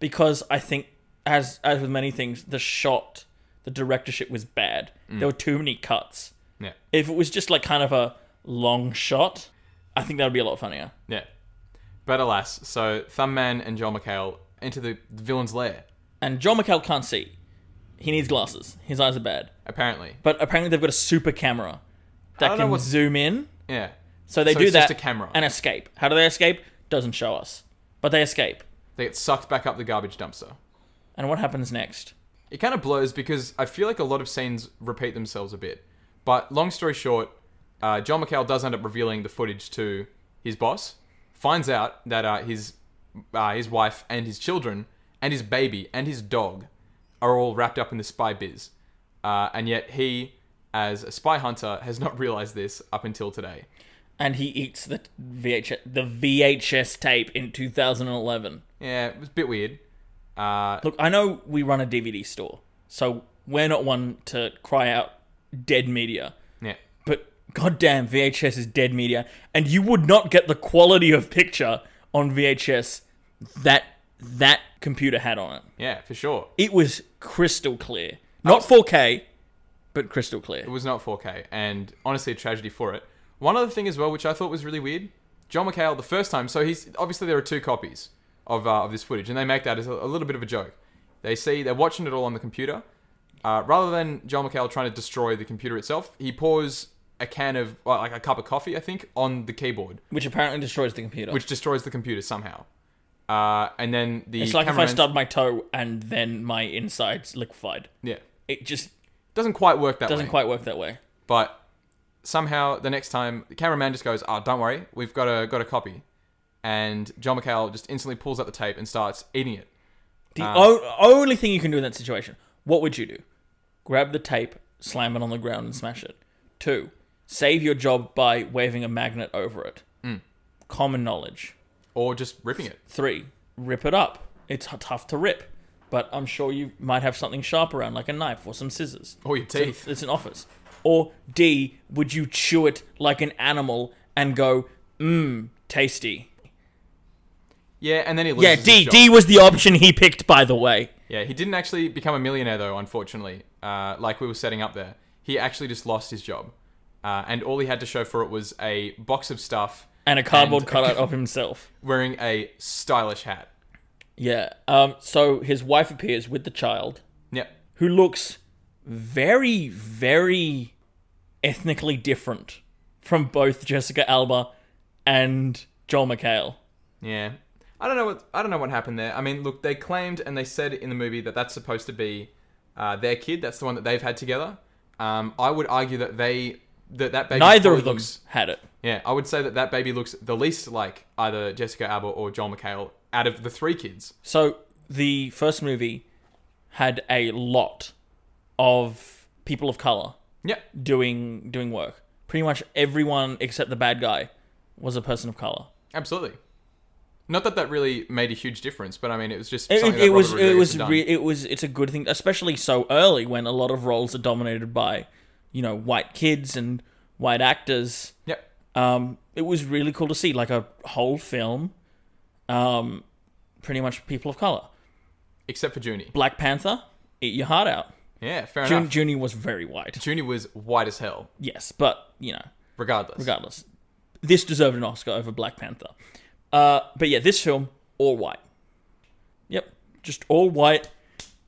because I think as as with many things, the shot, the directorship was bad. There were too many cuts. Yeah, If it was just like kind of a long shot, I think that would be a lot funnier. yeah. But alas, so Thumb Man and John McHale enter the villain's lair. And John McHale can't see. He needs glasses. His eyes are bad. Apparently, But apparently they've got a super camera I that don't know can what- zoom in. yeah. So they So do it's that just a camera. and escape. How do they escape? Doesn't show us. But they escape. They get sucked back up the garbage dumpster. And what happens next? It kind of blurs because I feel like a lot of scenes repeat themselves a bit. But long story short, uh, John McHale does end up revealing the footage to his boss. Finds out that uh, his uh, his wife and his children and his baby and his dog are all wrapped up in the spy biz. Uh, and yet he, as a spy hunter, has not realized this up until today. and he eats the VHS, the VHS tape in 2011. Yeah, it was a bit weird. Uh, Look, I know we run a DVD store, so we're not one to cry out dead media, yeah. but goddamn, VHS is dead media, and you would not get the quality of picture on VHS that that computer had on it. Yeah, for sure. It was crystal clear, Oh. not 4K, but crystal clear. It was not 4K, and honestly, a tragedy for it. One other thing as well, which I thought was really weird, John McHale the first time. So he's obviously there are two copies of uh, of this footage, and they make that as a, a little bit of a joke. They see they're watching it all on the computer. Uh, rather than John McHale trying to destroy the computer itself, he pours a can of well, like a cup of coffee, I think, on the keyboard, Which apparently destroys the computer. which destroys the computer somehow. Uh, and then the it's like if I cameraman- stubbed my toe and then my insides liquefied. yeah It just doesn't quite work that way. doesn't quite work that way. But somehow the next time the cameraman just goes, "Oh, don't worry, we've got a got a copy," and John McHale just instantly pulls out the tape and starts eating it. The Ah. o- only thing you can do in that situation, what would you do? Grab the tape, slam it on the ground, and smash it. Two, save your job by waving a magnet over it. Hmm. Common knowledge. Or just ripping it. Three, rip it up. It's h- tough to rip, but I'm sure you might have something sharp around, like a knife or some scissors. Or your It's, teeth. it's an office. Or D, would you chew it like an animal and go, mmm, tasty? Yeah, and then he loses Yeah, D. his job. D was the option he picked, by the way. Yeah, he didn't actually become a millionaire though, unfortunately. Uh, like we were setting up there, he actually just lost his job, uh, and all he had to show for it was a box of stuff And a cardboard And- cutout of himself. wearing a stylish hat. Yeah. Um, so his wife appears with the child, Yep. who looks very, very ethnically different from both Jessica Alba and Joel McHale. Yeah. I don't know what I don't know what happened there. I mean, look, they claimed and they said in the movie that that's supposed to be uh, their kid. That's the one that they've had together. Um, I would argue that they that that baby Neither probably of them looks- had it. yeah, I would say that that baby looks the least like either Jessica Alba or Joel McHale out of the three kids. So the first movie had a lot of people of color Yep. doing doing work. Pretty much everyone except the bad guy was a person of color. Absolutely. Not that that really made a huge difference, but I mean, it was just It, something it, that was Robert it was Rodriguez had re- done. it was it's a good thing, especially so early when a lot of roles are dominated by, you know, white kids and white actors. Yep. Um, it was really cool to see like a whole film, um, pretty much people of color. Except for Junie. Black Panther, eat your heart out. Yeah, fair Jun- enough. Junie was very white. Junie was white as hell, Yes, but you know, regardless. regardless, this deserved an Oscar over Black Panther. Uh, but yeah, this film all white. Yep, just all white,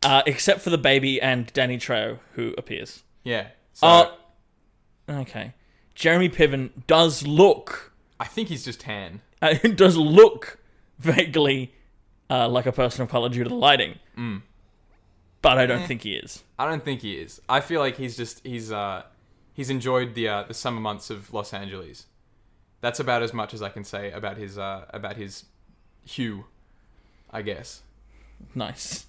uh, except for the baby and Danny Trejo who appears. yeah. So Uh, Okay, Jeremy Piven does look I think he's just tan. uh, does look vaguely uh, like a person of color due to the lighting, but I don't think he is. I don't think he is. I feel like he's just he's uh he's enjoyed the uh, the summer months of Los Angeles. That's about as much as I can say about his uh about his hue, I guess. Nice.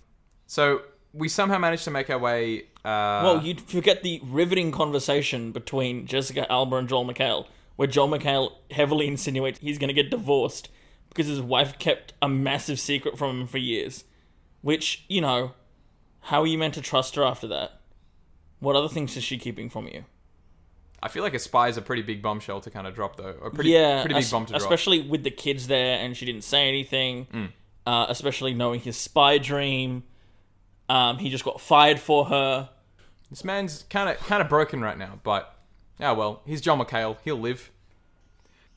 So we somehow managed to make our way. Uh, Well, Oh, you'd forget the riveting conversation between Jessica Alba and Joel McHale, where Joel McHale heavily insinuates he's going to get divorced because his wife kept a massive secret from him for years. Which, you know, how are you meant to trust her after that? What other things is she keeping from you? I feel like a spy is a pretty big bombshell to kind of drop though. A pretty yeah, pretty big es- bomb to drop. Mm. especially with the kids there, and she didn't say anything. Uh, especially knowing his spy dream, um, he just got fired for her. This man's kind of kind of broken right now, but oh well. He's John McHale. He'll live.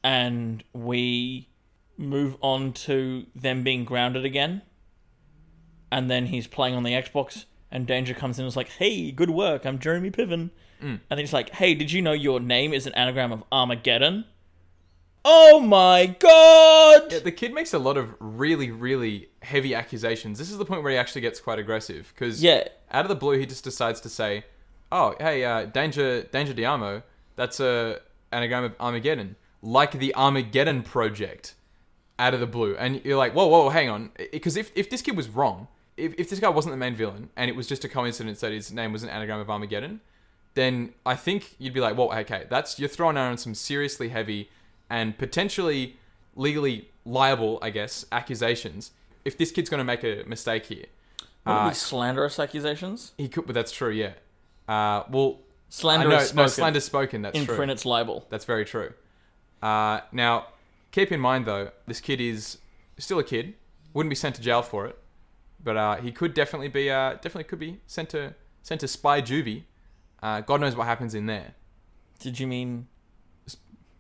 and we move on to them being grounded again. And then he's playing on the Xbox, and Danger comes in and is like, Hey, good work, I'm Jeremy Piven. And then he's like, Hey, did you know your name is an anagram of Armageddon? Oh my god! Yeah, the kid makes a lot of really really heavy accusations. This is the point where he actually gets quite aggressive because Yeah, out of the blue, he just decides to say, "Oh, hey, uh, danger, danger, Diamo. That's a anagram of Armageddon, like the Armageddon Project." out of the blue, and you're like, whoa, whoa, hang on, because if if this kid was wrong, if if this guy wasn't the main villain, and it was just a coincidence that his name was an anagram of Armageddon, then I think you'd be like, well, okay, that's you're throwing out on some seriously heavy and potentially legally liable, I guess, accusations. If this kid's going to make a mistake here, Would it uh, be slanderous accusations? he could. But that's true, yeah. Uh, well, I Slanderous know, spoken. no, slander spoken. That's in true. print, it's libel. That's very true. Uh, now, keep in mind though, this kid is still a kid. Wouldn't be sent to jail for it, but uh, he could definitely be uh, definitely could be sent to sent to spy juvie. Uh, God knows what happens in there. Did you mean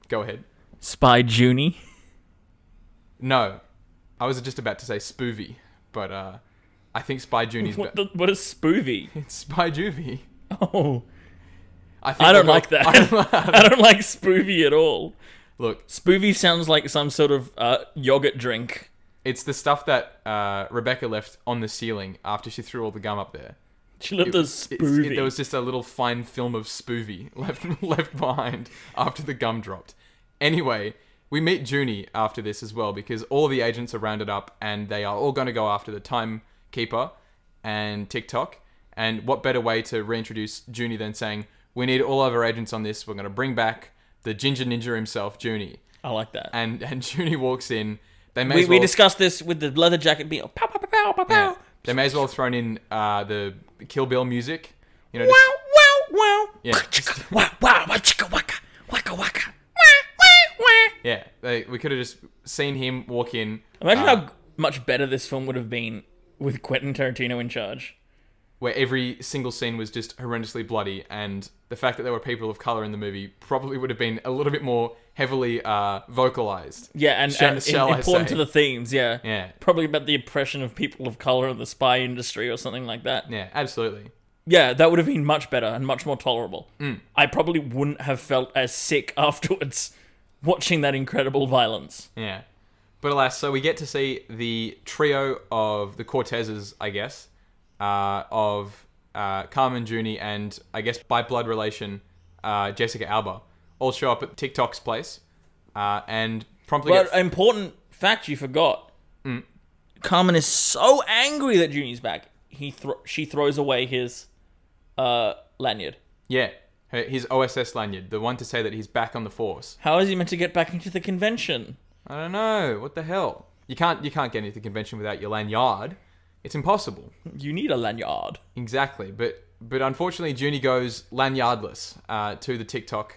Go ahead. spy Junie? No, I was just about to say spoovy, but uh, I think spy juvie's What, be- the, what is spoovy? spy juvie. Oh, I, think I don't we'll go- like that. I don't- I don't like spoovy at all. Look, Spoovy sounds like some sort of uh, yogurt drink. it's the stuff that uh, Rebecca left on the ceiling after she threw all the gum up there. She lived as It's- spoovy. It, there was just a little fine film of spoovy left left behind after the gum dropped. Anyway, we meet Junie after this as well because all the agents are rounded up and they are all going to go after the timekeeper and TikTok. And what better way to reintroduce Junie than saying, "We need all of our agents on this. We're going to bring back the Ginger Ninja himself, Junie." I like that. And and Junie walks in. They may We, as we well, discussed this with the leather jacket being pow pow pow pow pow yeah. pow. they may as well thrown in uh, the Kill Bill music. You know, Wow just- wow wow. Yeah. Wow wow wow chicka waka waka waka. Wah, wah, wah. Yeah, they, we could have just seen him walk in. Imagine uh, how much better this film would have been with Quentin Tarantino in charge. where every single scene was just horrendously bloody, and the fact that there were people of color in the movie probably would have been a little bit more heavily uh, vocalized. Yeah, and, Shall- and in- shall I important say. to the themes. Yeah. Yeah, Probably about the oppression of people of color in the spy industry or something like that. yeah, absolutely. Yeah, that would have been much better and much more tolerable. Mm. I probably wouldn't have felt as sick afterwards watching that incredible violence. Yeah. But alas, so we get to see the trio of the Cortezes, I guess, uh, of uh, Carmen Juni and I guess by blood relation uh, Jessica Alba, all show up at TikTok's place, uh, and promptly But get important fact you forgot. Mm. Carmen is so angry that Junie's back. He thro- she throws away his uh, lanyard. Yeah, her- his OSS lanyard, the one to say that he's back on the force. How is he meant to get back into the convention? I don't know. What the hell? You can't you can't get into the convention without your lanyard. It's impossible. You need a lanyard. Exactly. But but unfortunately, Junie goes lanyardless uh, to the TikTok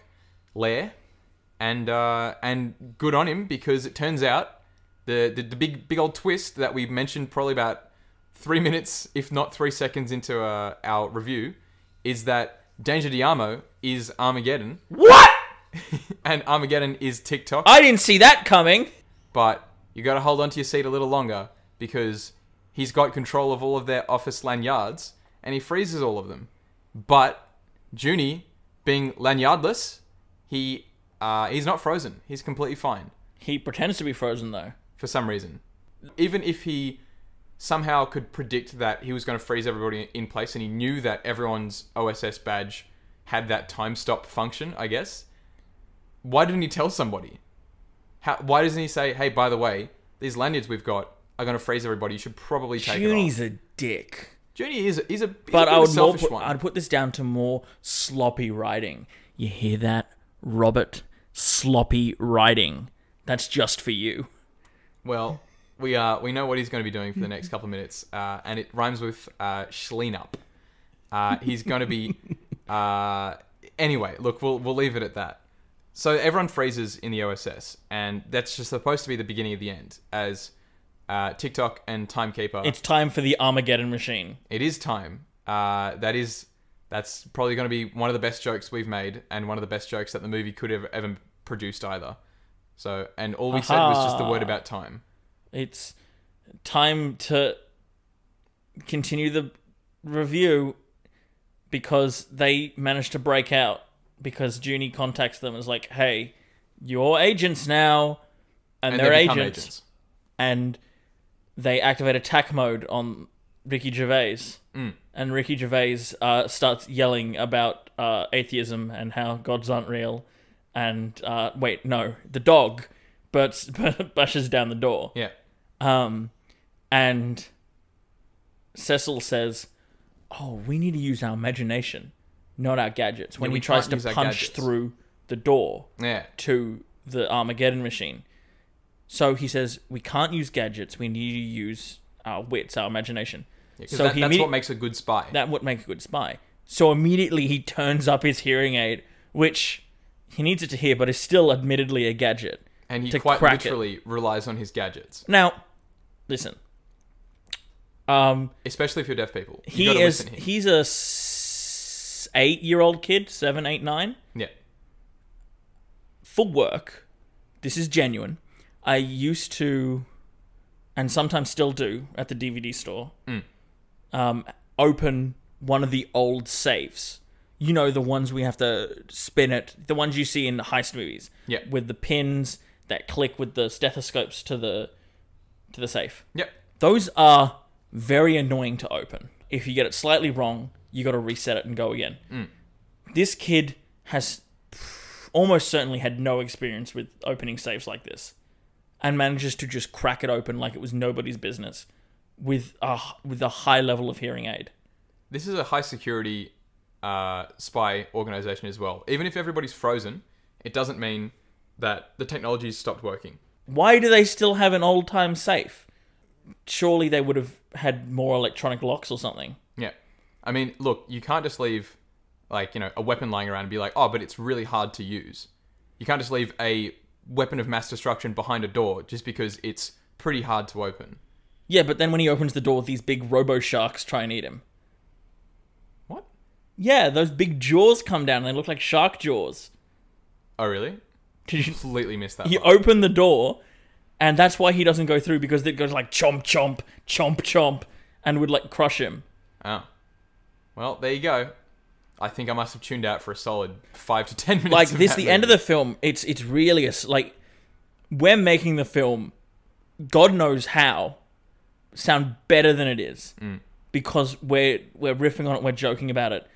lair, and uh, and good on him because it turns out the, the the big big old twist that we mentioned probably about three minutes, if not three seconds into uh, our review, is that Danger Diamo is Armageddon. What? and Armageddon is TikTok. I didn't see that coming. but you got to hold onto your seat a little longer because he's got control of all of their office lanyards and he freezes all of them. But Junie, being lanyardless, he uh, he's not frozen. He's completely fine He pretends to be frozen though. for some reason. Even if he somehow could predict that he was going to freeze everybody in place and he knew that everyone's OSS badge had that time stop function, I guess, why didn't he tell somebody? How, why doesn't he say, hey, by the way, these lanyards we've got are going to freeze everybody. You should probably take it Junie's a dick. off. Junie is, is a, he's But a bit I of a would more selfish put, one. I'd put this down to more sloppy writing. You hear that, Robert? Sloppy writing. That's just for you. Well, we uh, we know what he's going to be doing for the next couple of minutes, uh, and it rhymes with uh, schleen up. Uh, he's going to be. Uh, anyway, look, we'll we'll leave it at that. So everyone freezes in the OSS, and that's just supposed to be the beginning of the end. As uh, TikTok and Timekeeper, It's time for the Armageddon machine. it is time. Uh, that is that's probably going to be one of the best jokes we've made, and one of the best jokes that the movie could have ever produced either. So, and all we said was just the word about time. It's time to continue the review because they managed to break out because Junie contacts them and is like, "Hey, you're agents now." And, And they're they become agents. and they activate attack mode on Ricky Gervais. Mm. And Ricky Gervais uh, starts yelling about uh, atheism and how gods aren't real. And uh, wait, no, the dog. Bert bashes down the door. Yeah. Um, and Cecil says, "Oh, we need to use our imagination, not our gadgets." When Yeah, he we tries can't to use our punch gadgets. through the door Yeah. to the Armageddon machine, so he says, "We can't use gadgets. We need to use our wits, our imagination." Yeah, 'cause so that, he that's immedi- what makes a good spy. that would make a good spy. So immediately he turns up his hearing aid, which he needs it to hear, but is still admittedly a gadget. and he to quite crack it. literally relies on his gadgets, Now, listen. Um, especially if you're deaf people. You he gotta is listen here. he's a s- eight-year-old kid, seven, eight, nine. Yeah. for work, this is genuine. I used to, and sometimes still do at the DVD store, um, open one of the old safes. You know, the ones we have to spin it, the ones you see in the heist movies. Yeah. With the pins that click with the stethoscopes to the to the safe. Yep. Those are very annoying to open. If you get it slightly wrong, you got to reset it and go again. This kid has almost certainly had no experience with opening safes like this and manages to just crack it open like it was nobody's business with a, with a high level of hearing aid. This is a high security uh, spy organization as well. Even if everybody's frozen, it doesn't mean that the technology's stopped working. Why do they still have an old time safe? Surely they would have had more electronic locks or something. Yeah. I mean, look, you can't just leave like, you know, a weapon lying around and be like, "Oh, but it's really hard to use." You can't just leave a weapon of mass destruction behind a door just because it's pretty hard to open. Yeah, but then when he opens the door, these big robo sharks try and eat him. What? Yeah, those big jaws come down and they look like shark jaws. Oh, really? Did you- Completely missed that. He one. opened the door, and that's why he doesn't go through because it goes like chomp, chomp, chomp, chomp, and would like crush him. Oh. Well, there you go. I think I must have tuned out for a solid five to ten minutes. Like of this, that the end of movie. the film. It's it's really a s like we're making the film, God knows how, sound better than it is Mm. because we're we're riffing on it, we're joking about it,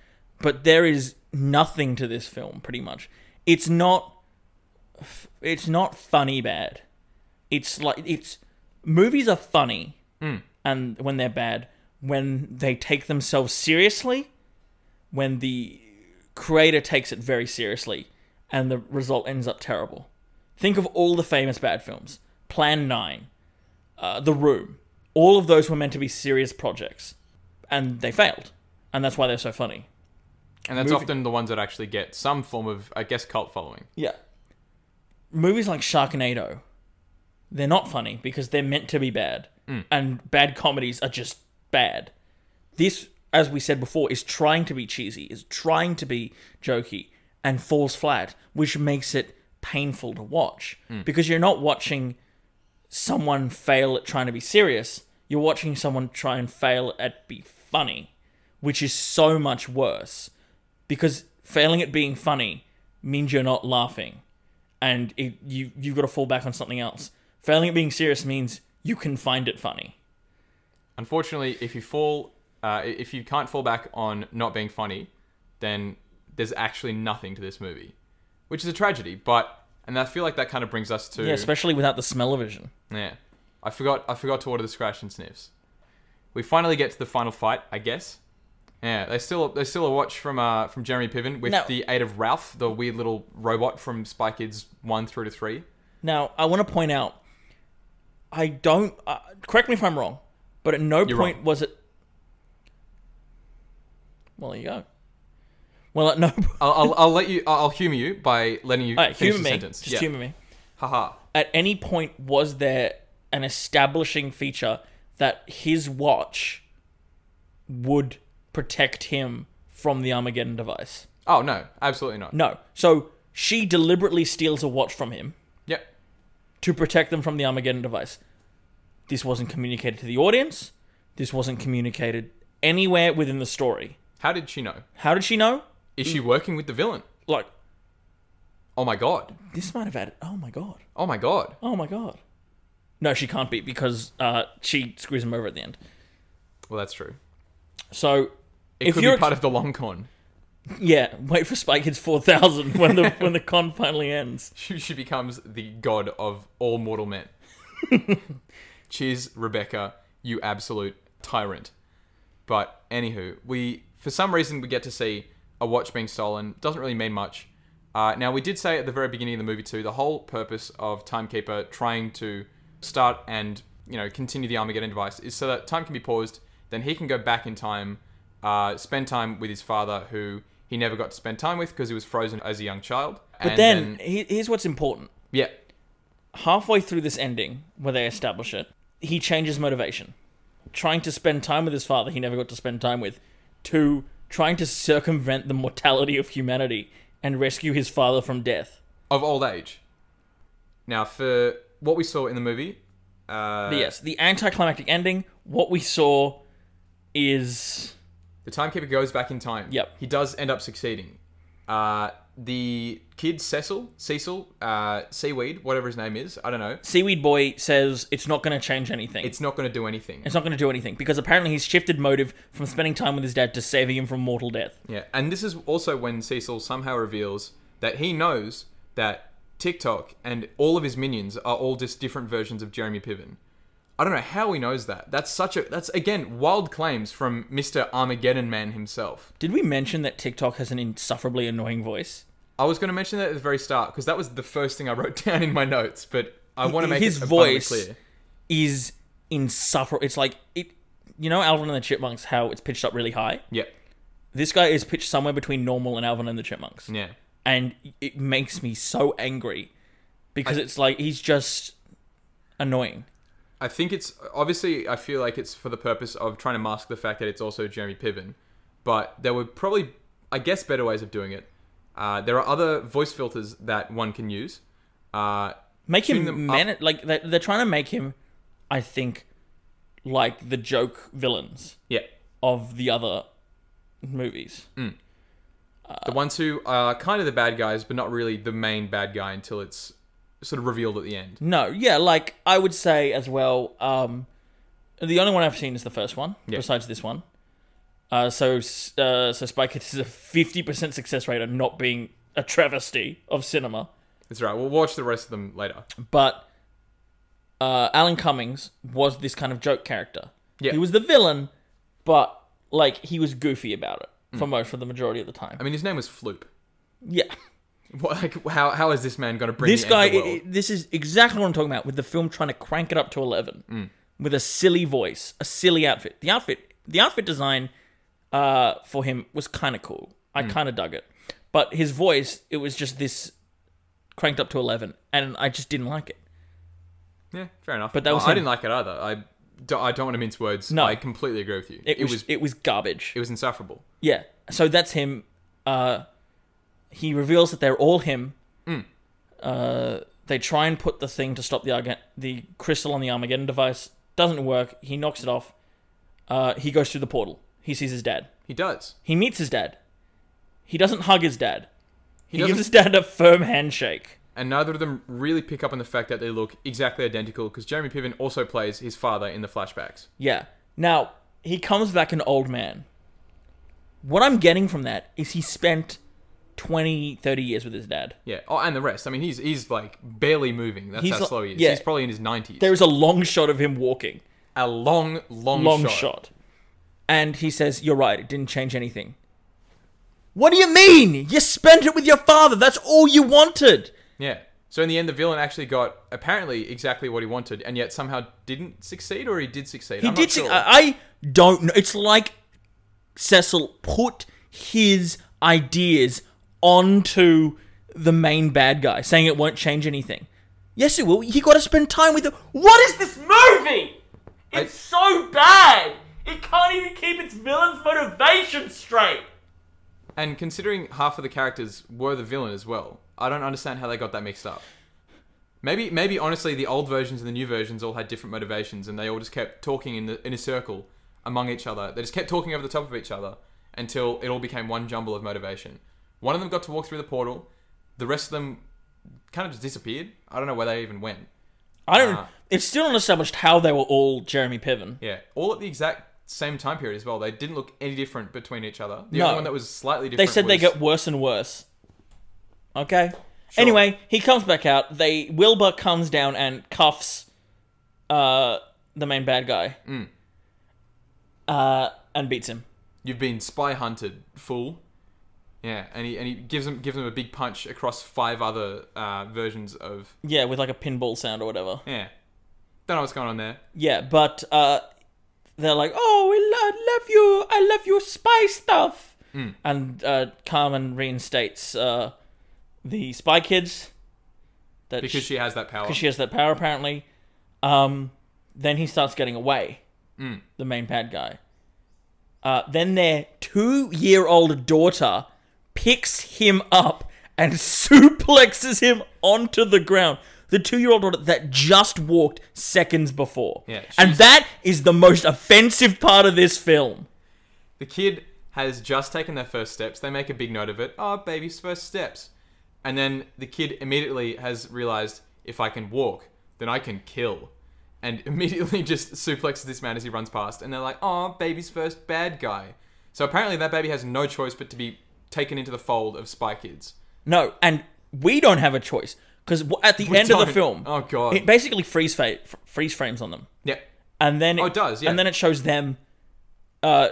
but there is nothing to this film. Pretty much, it's not. f- It's not funny bad. It's like it's movies are funny, Mm. and when they're bad, when they take themselves seriously, when the creator takes it very seriously, and the result ends up terrible. Think of all the famous bad films: Plan Nine, uh, The Room. All of those were meant to be serious projects, and they failed, and that's why they're so funny. And that's movie- often the ones that actually get some form of, I guess, cult following. Yeah. Movies like Sharknado, they're not funny because they're meant to be bad. And bad comedies are just bad. This, as we said before, is trying to be cheesy, is trying to be jokey, and falls flat, which makes it painful to watch because you're not watching someone fail at trying to be serious. You're watching someone try and fail at be funny, which is so much worse because failing at being funny means you're not laughing and it, you you've got to fall back on something else failing at being serious means you can find it funny Unfortunately, if you fall, uh, if you can't fall back on not being funny, then there's actually nothing to this movie, which is a tragedy. But and I feel like that kind of brings us to yeah especially without the smell of vision Yeah. I forgot. I forgot to order the scratch and sniffs. We finally get to the final fight, I guess. Yeah, they still they still a watch from uh from Jeremy Piven with No. the aid of Ralph, the weird little robot from Spy Kids one through to three. now i want to point out i don't uh, correct me if i'm wrong but at no You're point wrong. was it well there you go well at no I'll, I'll, I'll let you. I'll I'll humor you by letting you Alright, finish humor the me sentence. just humor me Haha. at any point was there an establishing feature that his watch would protect him from the Armageddon device? Oh no, absolutely not. No. So she deliberately steals a watch from him Yep. to protect them from the Armageddon device. This wasn't communicated to the audience. This wasn't communicated anywhere within the story. How did she know? How did she know? Is she working with the villain? Like, Oh my god. this might have added. Oh my god. Oh my god. Oh my god. No, she can't be because uh, she screws him over at the end. Well, that's true. So It If could you're be ex- part of the long con. Yeah, wait for Spy Kids 4000 when the when the con finally ends. She, she becomes the god of all mortal men. Cheers, Rebecca, you absolute tyrant. But anywho, we for some reason we get to see a watch being stolen. Doesn't really mean much. Uh, now we did say at the very beginning of the movie too, the whole purpose of Timekeeper trying to start and you know continue the Armageddon device is so that time can be paused. Then he can go back in time, uh, spend time with his father, who he never got to spend time with because he was frozen as a young child. But And then, he, here's what's important. yeah, Halfway through this ending, where they establish it, he changes motivation. Trying to spend time with his father he never got to spend time with, to trying to circumvent the mortality of humanity and rescue his father from death. of old age. Now, for what we saw in the movie, uh, But yes, the anticlimactic ending, what we saw is the timekeeper goes back in time. Yep. He does end up succeeding. Uh, the kid Cecil, Cecil, uh, Seaweed, whatever his name is, I don't know. Seaweed Boy says it's not going to change anything. It's not going to do anything. It's not going to do anything because apparently he's shifted motive from spending time with his dad to saving him from mortal death. Yeah, and this is also when Cecil somehow reveals that he knows that TikTok and all of his minions are all just different versions of Jeremy Piven. I don't know how he knows that. That's such a that's again wild claims from Mr. Armageddon Man himself. Did we mention that TikTok has an insufferably annoying voice? I was going to mention that at the very start because that was the first thing I wrote down in my notes, but I want to make his it abundantly voice clear. is insufferable. It's like it. You know, Alvin and the Chipmunks, how it's pitched up really high. Yeah, This guy is pitched somewhere between normal and Alvin and the Chipmunks, yeah. and it makes me so angry because it's like he's just annoying. I think it's obviously. I feel like it's for the purpose of trying to mask the fact that it's also Jeremy Piven, but there were probably, I guess, better ways of doing it. Uh, there are other voice filters that one can use. Uh, Make them him up. man like they're, they're trying to make him. I think, like the joke villains. yeah, of the other movies. the ones who are kind of the bad guys, but not really the main bad guy until it's sort of revealed at the end. No, yeah, like I would say as well. Um, the only one I've seen is the first one, besides this one. Uh, so, s- uh, so Spy Kids is a fifty percent success rate on not being a travesty of cinema. That's right. We'll watch the rest of them later. But uh, Alan Cummings was this kind of joke character. Yeah. he was the villain, but like he was goofy about it for most for the majority of the time. I mean, his name was Floop. yeah. What, like, how how is this man going to bring this the guy End of the i- world? i- this is exactly what i'm talking about with the film trying to crank it up to 11 with a silly voice a silly outfit the outfit the outfit design uh, for him was kind of cool i kind of dug it but his voice it was just this cranked up to 11 and i just didn't like it yeah, fair enough. But that Well, was I him. didn't like it either. I do, I don't want to mince words. No. I completely agree with you. it, was, it was garbage it was insufferable. yeah so that's him uh, he reveals that they're all him uh, they try and put the thing to stop the Arga- the crystal on the Armageddon device. Doesn't work. He knocks it off. Uh, he goes through the portal. He sees his dad. He does. He meets his dad. He doesn't hug his dad. He, doesn't- gives his dad a firm handshake. And neither of them really pick up on the fact that they look exactly identical because Jeremy Piven also plays his father in the flashbacks. Yeah. Now, he comes back an old man. What I'm getting from that is he spent 20, 30 years with his dad. Yeah. Oh, and the rest. I mean, he's he's like barely moving. That's He's how like- slow he is. yeah. He's probably in his 90s. There is a long shot of him walking. a long, long, long shot. shot. And he says, You're right, it didn't change anything. What do you mean? You spent it with your father. That's all you wanted. Yeah. So in the end, the villain actually got apparently exactly what he wanted, and yet somehow didn't succeed, or he did succeed. He I'm did. Not sure. sing- I, I don't know. It's like Cecil put his ideas onto the main bad guy, saying it won't change anything. Yes, it will. He got to spend time with. The- what is this movie? It's so bad. It can't even keep its villain's motivation straight. and considering half of the characters were the villain as well, I don't understand how they got that mixed up. Maybe, maybe honestly, the old versions and the new versions all had different motivations, and they all just kept talking in the in a circle among each other. They just kept talking over the top of each other until it all became one jumble of motivation. One of them got to walk through the portal. The rest of them kind of just disappeared. I don't know where they even went. I don't. Ah. it's still not established how they were all Jeremy Piven. Yeah, all at the exact same time period as well. They didn't look any different between each other. The No. only one that was slightly They different. said they was- get worse and worse. Okay. Anyway, he comes back out. They Wilbur comes down and cuffs uh, the main bad guy. Mm. Uh, and beats him. You've been spy hunted, fool. Yeah, and he and he gives him gives him a big punch across five other uh, versions of Yeah, with like a pinball sound or whatever. yeah. Don't know what's going on there. Yeah, but uh, they're like, "Oh, we lo- love you. I love your spy stuff." Mm. And uh, Carmen reinstates uh, the spy kids that Because she has that power. because she has that power apparently. Um, then he starts getting away, Hmm. the main bad guy. Uh, then their two-year-old daughter picks him up and suplexes him onto the ground. The two-year-old daughter that just walked seconds before, Yeah, and she's- that is the most offensive part of this film. The kid has just taken their first steps. They make a big note of it. Oh, baby's first steps. And then the kid immediately has realized if I can walk, then I can kill. And immediately just suplexes this man as he runs past. And they're like, oh, baby's first bad guy. So apparently that baby has no choice but to be taken into the fold of Spy Kids. No, and we don't have a choice because at the end of the don't. film, Oh, God. it basically freeze fa- f- freeze frames on them. Yeah. and then it, Oh, it does, yeah. and then it shows them, uh,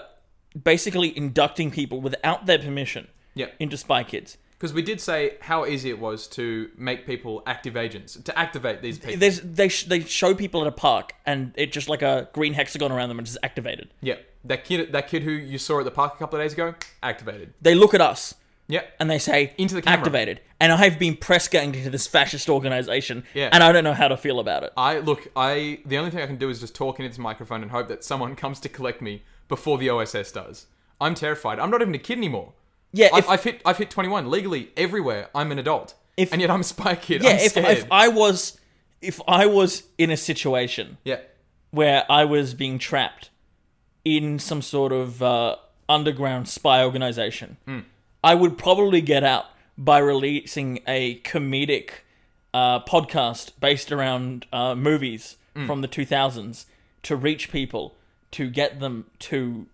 basically inducting people without their permission Yeah. into Spy Kids. Because we did say how easy it was to make people active agents, to activate these people. There's they sh- they show people at a park and it just like a green hexagon around them and just activated. Yeah. That kid, that kid who you saw at the park a couple of days ago, activated. They look at us Yeah. and they say Into the camera. activated. And I've been press ganged into this fascist organization. Yeah. and I don't know how to feel about it. I look. I the only thing I can do is just talk into this microphone and hope that someone comes to collect me before the OSS does. I'm terrified. I'm not even a kid anymore. Yeah, I've, if- I've hit. I've hit 21 legally everywhere. I'm an adult, If- and yet I'm a spy kid. Yeah, I'm if, scared. if I was if I was in a situation yeah, where I was being trapped in some sort of uh, underground spy organization, Hmm. I would probably get out by releasing a comedic uh, podcast based around uh, movies Hmm. from the 2000s to reach people to get them to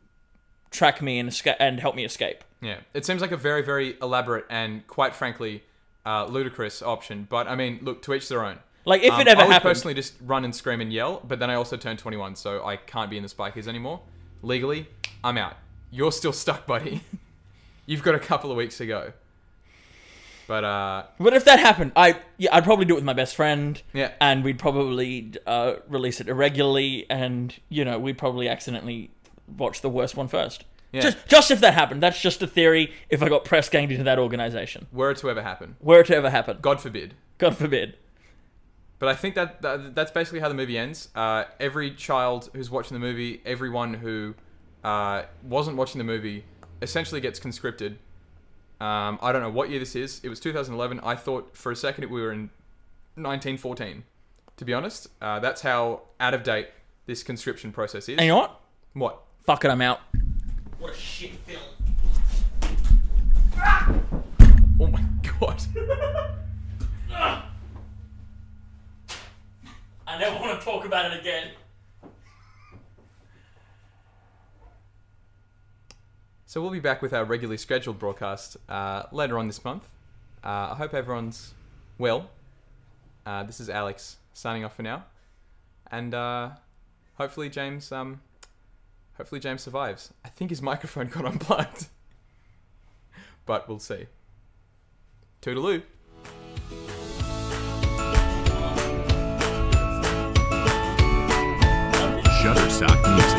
track me and escape and help me escape. yeah. It seems like a very, very elaborate and quite frankly uh, ludicrous option. But I mean, look, to each their own. Like if Um, it ever I would happened, personally just run and scream and yell, but then I also turned 21, so I can't be in the spy kids anymore. Legally, I'm out. You're still stuck, buddy. You've got a couple of weeks to go. But uh, but if that happened, I yeah, I'd probably do it with my best friend. Yeah. and we'd probably uh, release it irregularly, and you know we'd probably accidentally watch the worst one first. Yeah. Just, just if that happened, that's just a theory. If I got press ganged into that organization, were it to ever happen, were it to ever happen, God forbid. God forbid. But I think that, that that's basically how the movie ends. Uh, every child who's watching the movie, everyone who uh, wasn't watching the movie, essentially gets conscripted. Um, I don't know what year this is. It was 2011. I thought for a second it- we were in 1914. To be honest, uh, that's how out of date this conscription process is. And you know what? What? Fuck it, I'm out. What a shit film. Oh my god! I never want to talk about it again. so we'll be back with our regularly scheduled broadcast uh, later on this month. Uh, I hope everyone's well. Uh, this is Alex signing off for now, and uh, hopefully James, um, hopefully James survives. I think his microphone got unplugged, but we'll see. Toodaloo. Shutterstock Music.